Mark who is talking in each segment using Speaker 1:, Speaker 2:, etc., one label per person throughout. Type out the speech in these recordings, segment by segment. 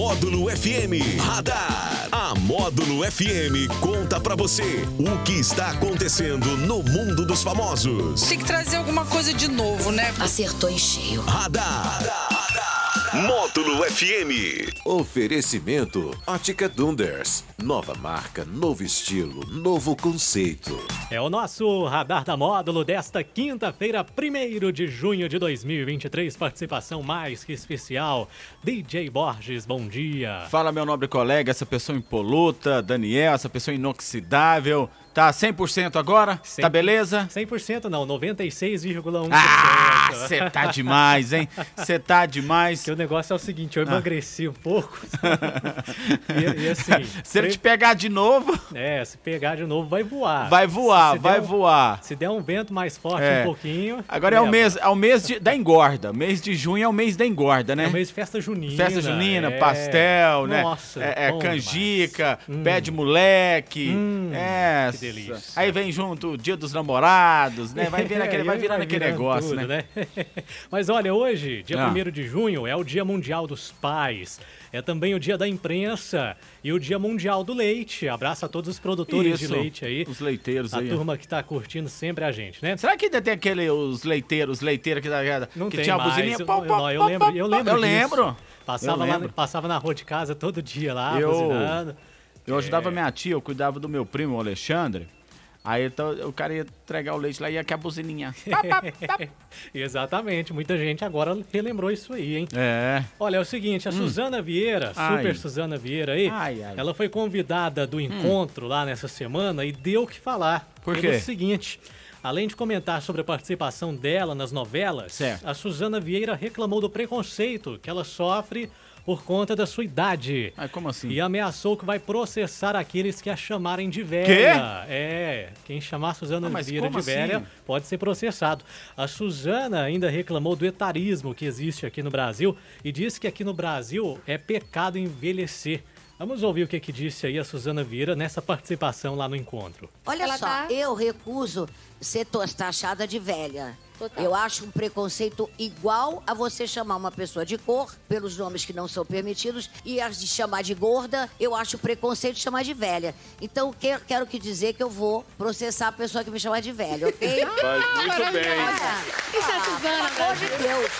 Speaker 1: Módulo FM Radar. A Módulo FM conta pra você o que está acontecendo no mundo dos famosos.
Speaker 2: Tem que trazer alguma coisa de novo, né?
Speaker 3: Acertou em cheio.
Speaker 1: Radar. Módulo FM.
Speaker 4: Oferecimento Ótica Dunders. Nova marca, novo estilo, novo conceito.
Speaker 5: É o nosso Radar da Módulo desta quinta-feira, 1 de junho de 2023. Participação mais que especial. DJ Borges, bom dia.
Speaker 6: Fala, meu nobre colega, essa pessoa impoluta, Daniel, essa pessoa inoxidável. Tá 100% agora?
Speaker 5: Cem-
Speaker 6: Tá beleza?
Speaker 5: 100% não, 96,1%.
Speaker 6: Ah, você tá demais, hein? Você tá demais.
Speaker 5: Porque o negócio é o seguinte,
Speaker 6: Ah.
Speaker 5: eu emagreci um pouco. e, e assim.
Speaker 6: Se ele
Speaker 5: pre-
Speaker 6: te pegar de novo,
Speaker 5: É, se pegar de novo, vai voar.
Speaker 6: vai voar,
Speaker 5: Se der
Speaker 6: vai
Speaker 5: um-
Speaker 6: voar.
Speaker 5: Se der um vento mais forte
Speaker 6: É.
Speaker 5: um pouquinho.
Speaker 6: Agora é o
Speaker 5: leva.
Speaker 6: mês, é o mês de- da engorda. Mês de junho é o mês da engorda, né?
Speaker 5: É o mês de festa junina.
Speaker 6: Festa junina,
Speaker 5: é.
Speaker 6: pastel, né?
Speaker 5: Nossa,
Speaker 6: é, é
Speaker 5: bom
Speaker 6: canjica,
Speaker 5: demais. Hum.
Speaker 6: pé de moleque.
Speaker 5: Hum,
Speaker 6: é,
Speaker 5: que delícia.
Speaker 6: Aí vem junto o dia dos namorados, né? Vai virar aquele,
Speaker 5: É,
Speaker 6: vai
Speaker 5: e
Speaker 6: virar aquele
Speaker 5: virando
Speaker 6: negócio,
Speaker 5: tudo,
Speaker 6: né?
Speaker 5: Mas olha, hoje, dia
Speaker 6: Ah.
Speaker 5: 1 de junho, é o Dia Mundial dos Pais. É também o Dia da Imprensa e o Dia Mundial do Leite. Abraço a todos os produtores de
Speaker 6: Isso,
Speaker 5: leite aí.
Speaker 6: Os leiteiros
Speaker 5: a
Speaker 6: aí. ó.
Speaker 5: turma que tá curtindo sempre a gente, né?
Speaker 6: Será que ainda tem aquele, os leiteiros, leiteiros que, da-
Speaker 5: Não
Speaker 6: que
Speaker 5: tem
Speaker 6: tinha a
Speaker 5: mais.
Speaker 6: buzininha?
Speaker 5: Eu,
Speaker 6: pau,
Speaker 5: eu-
Speaker 6: pau,
Speaker 5: não, eu
Speaker 6: pau,
Speaker 5: lembro,
Speaker 6: pau,
Speaker 5: eu
Speaker 6: pau.
Speaker 5: lembro
Speaker 6: Eu
Speaker 5: disso.
Speaker 6: lembro.
Speaker 5: Passava,
Speaker 6: Eu
Speaker 5: lá-
Speaker 6: lembro.
Speaker 5: passava na rua de casa todo dia lá,
Speaker 6: Eu-
Speaker 5: buzinando. É.
Speaker 6: Eu ajudava minha tia, eu cuidava do meu primo, o Alexandre. Aí então, o cara ia entregar o leite lá e ia com a buzininha. Pá, pá, pá.
Speaker 5: Exatamente, muita gente agora relembrou isso aí, hein?
Speaker 6: é.
Speaker 5: Olha, é o seguinte, a Suzana Vieira,
Speaker 6: Ai.
Speaker 5: super Suzana Vieira aí,
Speaker 6: Ai, ai.
Speaker 5: ela foi convidada do encontro lá nessa semana e deu o que falar.
Speaker 6: Por
Speaker 5: Pelo
Speaker 6: quê?
Speaker 5: seguinte, além de comentar sobre a participação dela nas novelas,
Speaker 6: Certo.
Speaker 5: a Suzana Vieira reclamou do preconceito que ela sofre por conta da sua idade.
Speaker 6: Ai, como assim?
Speaker 5: E ameaçou que vai processar aqueles que a chamarem de velha. É, quem chamar a Suzana
Speaker 6: Ah, mas
Speaker 5: Vieira de
Speaker 6: como
Speaker 5: velha
Speaker 6: assim?
Speaker 5: pode ser processado. A Suzana ainda reclamou do etarismo que existe aqui no Brasil e disse que aqui no Brasil é pecado envelhecer. Vamos ouvir o que, que disse aí a Suzana Vieira nessa participação lá no encontro.
Speaker 3: Olha
Speaker 7: Ela
Speaker 3: só,
Speaker 7: tá-
Speaker 3: eu recuso ser tos- taxada de velha.
Speaker 7: Total.
Speaker 3: Eu acho um preconceito igual a você chamar uma pessoa de cor pelos nomes que não são permitidos e as de chamar de gorda, eu acho preconceito chamar de velha. Então, que- quero que dizer que eu vou processar a pessoa que me chamar de velha, ok? Ah,
Speaker 8: Muito bem.
Speaker 7: Isso é a Suzana,
Speaker 3: Pelo amor de
Speaker 7: velho.
Speaker 3: Deus.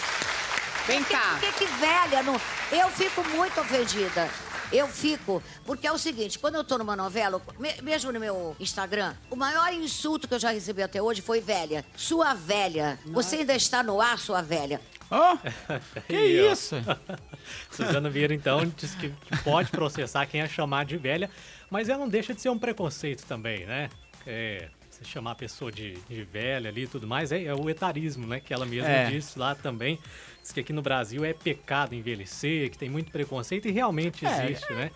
Speaker 8: Vem cá.
Speaker 3: Que, que velha, não... eu fico muito ofendida. Eu fico, porque é o seguinte, quando eu tô numa novela, me- mesmo no meu Instagram, o maior insulto que eu já recebi até hoje foi velha. Sua velha. Você ainda está no ar, sua velha.
Speaker 6: Ó, que
Speaker 5: Aí, ó.
Speaker 6: isso?
Speaker 5: Suzana Vieira, então, disse que pode processar quem a chamar de velha, mas ela não deixa de ser um preconceito também, né? É, você chamar a pessoa de, de velha ali e tudo mais, é, é o etarismo, né? Que ela mesma
Speaker 6: É.
Speaker 5: disse lá também. Diz que aqui no Brasil é pecado envelhecer, que tem muito preconceito e realmente existe, né?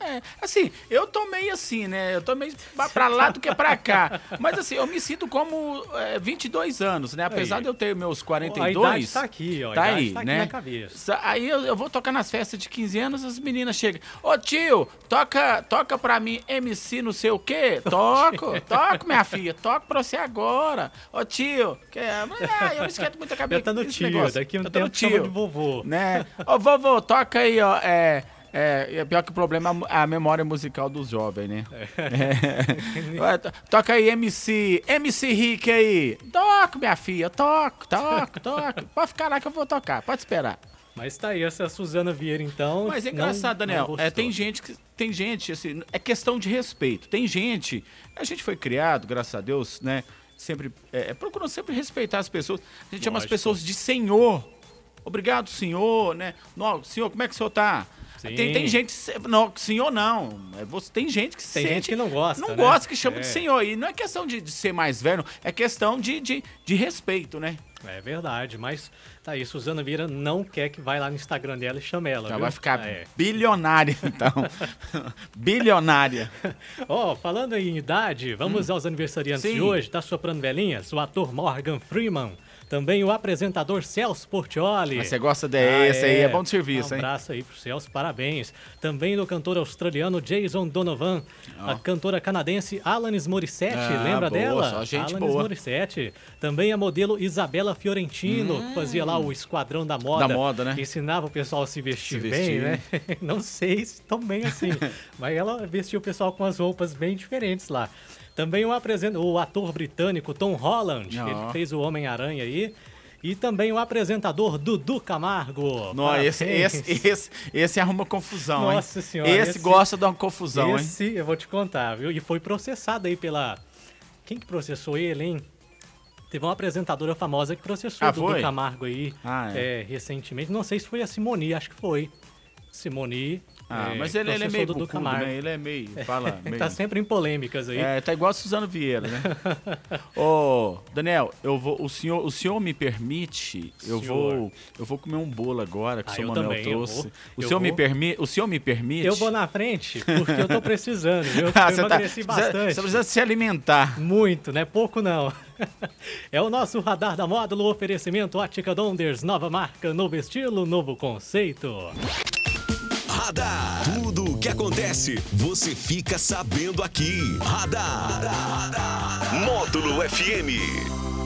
Speaker 6: É, assim, eu tô meio assim, né? Eu tô meio pra- pra lá do que pra cá. Mas assim, eu me sinto como é, 22 anos, né? Apesar
Speaker 5: Aí.
Speaker 6: de eu ter meus
Speaker 5: A
Speaker 6: 42.
Speaker 5: idade tá aqui, ó. A
Speaker 6: Tá
Speaker 5: idade
Speaker 6: aí,
Speaker 5: tá aqui
Speaker 6: né?
Speaker 5: na cabeça.
Speaker 6: Sa- Aí eu, eu vou tocar nas festas de 15 anos, as meninas chegam. Ô tio, toca, toca pra mim MC não sei o quê. Toco, toco, minha filha, toco pra você agora. Ô tio, que é, ah, eu não esquento muita cabeça.
Speaker 5: Já tá no
Speaker 6: esse
Speaker 5: tio, daqui a um
Speaker 6: Eu tô no
Speaker 5: tempo chama de vovô.
Speaker 6: Né? Ô vovô, toca aí, ó. É, é, é pior que o problema é a memória musical dos jovens, né? É. Ué, to- Toca aí, MC. MC Rick aí. Toco, minha filha. Toco, toco, toco. Pode ficar lá que eu vou tocar. Pode esperar.
Speaker 5: Mas tá aí essa Suzana Vieira, então.
Speaker 6: Mas é
Speaker 5: não-
Speaker 6: engraçado,
Speaker 5: não
Speaker 6: Daniel. é,
Speaker 5: gostou.
Speaker 6: tem gente que. Tem gente, assim, é questão de respeito. Tem gente. A gente foi criado, graças a Deus, né? Sempre. É, procurando sempre respeitar as pessoas. A gente chama as
Speaker 5: Lógico.
Speaker 6: pessoas de senhor. Obrigado, senhor, né? Não, senhor, como é que o senhor tá?
Speaker 5: Sim.
Speaker 6: Tem, tem gente. que se- Não, senhor não. É você- Tem gente que se
Speaker 5: Tem
Speaker 6: sente.
Speaker 5: gente que não gosta,
Speaker 6: Não
Speaker 5: né?
Speaker 6: gosta, que chama
Speaker 5: É.
Speaker 6: de senhor. E não é questão de, de ser mais velho, é questão de, de, de respeito, né?
Speaker 5: É verdade, mas tá aí, Suzana Vieira não quer que vai lá no Instagram dela e chame ela.
Speaker 6: Ela
Speaker 5: viu?
Speaker 6: vai ficar
Speaker 5: É.
Speaker 6: bilionária, então. bilionária.
Speaker 5: Ó, falando em idade, vamos aos aniversariantes
Speaker 6: Hum. Sim.
Speaker 5: de hoje, tá soprando velhinhas? O ator Morgan Freeman Também o apresentador Celso Portioli.
Speaker 6: Mas Ah, você gosta desse aí, é bom de serviço,
Speaker 5: um
Speaker 6: hein?
Speaker 5: abraço aí pro Celso, parabéns. Também do cantor australiano Jason Donovan. A cantora canadense Alanis Morissette,
Speaker 6: Ah,
Speaker 5: lembra
Speaker 6: boa,
Speaker 5: dela?
Speaker 6: só gente
Speaker 5: Alanis
Speaker 6: boa.
Speaker 5: Morissette. Também a modelo Isabela Fiorentino, que fazia lá o Esquadrão da Moda.
Speaker 6: Hum. Da moda, né?
Speaker 5: que Ensinava o pessoal a se vestir,
Speaker 6: Se vestir.
Speaker 5: bem, né? Não sei se tão bem assim, mas ela vestiu o pessoal com as roupas bem diferentes lá. Também o, apresen- o ator britânico Tom Holland,
Speaker 6: Ó.
Speaker 5: ele fez o Homem-Aranha aí. E também o apresentador Dudu Camargo.
Speaker 6: Não, esse,
Speaker 5: Parabéns.
Speaker 6: esse, esse, esse arruma confusão, hein?
Speaker 5: Nossa Senhora,
Speaker 6: Esse,
Speaker 5: esse-
Speaker 6: gosta de uma confusão, hein?
Speaker 5: Esse, eu vou te contar, viu? E foi processado aí pela. Quem que processou ele, hein? Teve uma apresentadora famosa que processou
Speaker 6: Ah,
Speaker 5: o Dudu
Speaker 6: foi?
Speaker 5: Camargo aí
Speaker 6: Ah, é.
Speaker 5: é, recentemente. Não sei se foi a Simoni, acho que foi. Simoni.
Speaker 6: Ah,
Speaker 5: é,
Speaker 6: mas ele, ele é
Speaker 5: processou
Speaker 6: meio
Speaker 5: o Dudu
Speaker 6: bucudo,
Speaker 5: Camargo.
Speaker 6: né? Ele é meio, fala, meio...
Speaker 5: tá sempre em polêmicas aí.
Speaker 6: É, tá igual a Suzano Vieira, né? Ô, Daniel, eu vou, o senhor, o senhor me permite? Eu
Speaker 5: Senhor.
Speaker 6: vou, eu vou comer um bolo agora que
Speaker 5: Ah,
Speaker 6: o senhor
Speaker 5: eu
Speaker 6: Manuel
Speaker 5: também, eu
Speaker 6: trouxe.
Speaker 5: vou.
Speaker 6: O
Speaker 5: Eu
Speaker 6: senhor me
Speaker 5: vou.
Speaker 6: permite? O senhor me permite?
Speaker 5: Eu vou na frente porque eu tô precisando, viu? Eu
Speaker 6: Ah, você tá,
Speaker 5: emagreci
Speaker 6: precisa,
Speaker 5: bastante.
Speaker 6: você precisa se alimentar.
Speaker 5: Muito, né? Pouco não. é o nosso radar da módulo, oferecimento Ótica Donders, nova marca, novo estilo, novo conceito.
Speaker 1: Radar. Tudo o que acontece, você fica sabendo aqui. Radar. Módulo FM.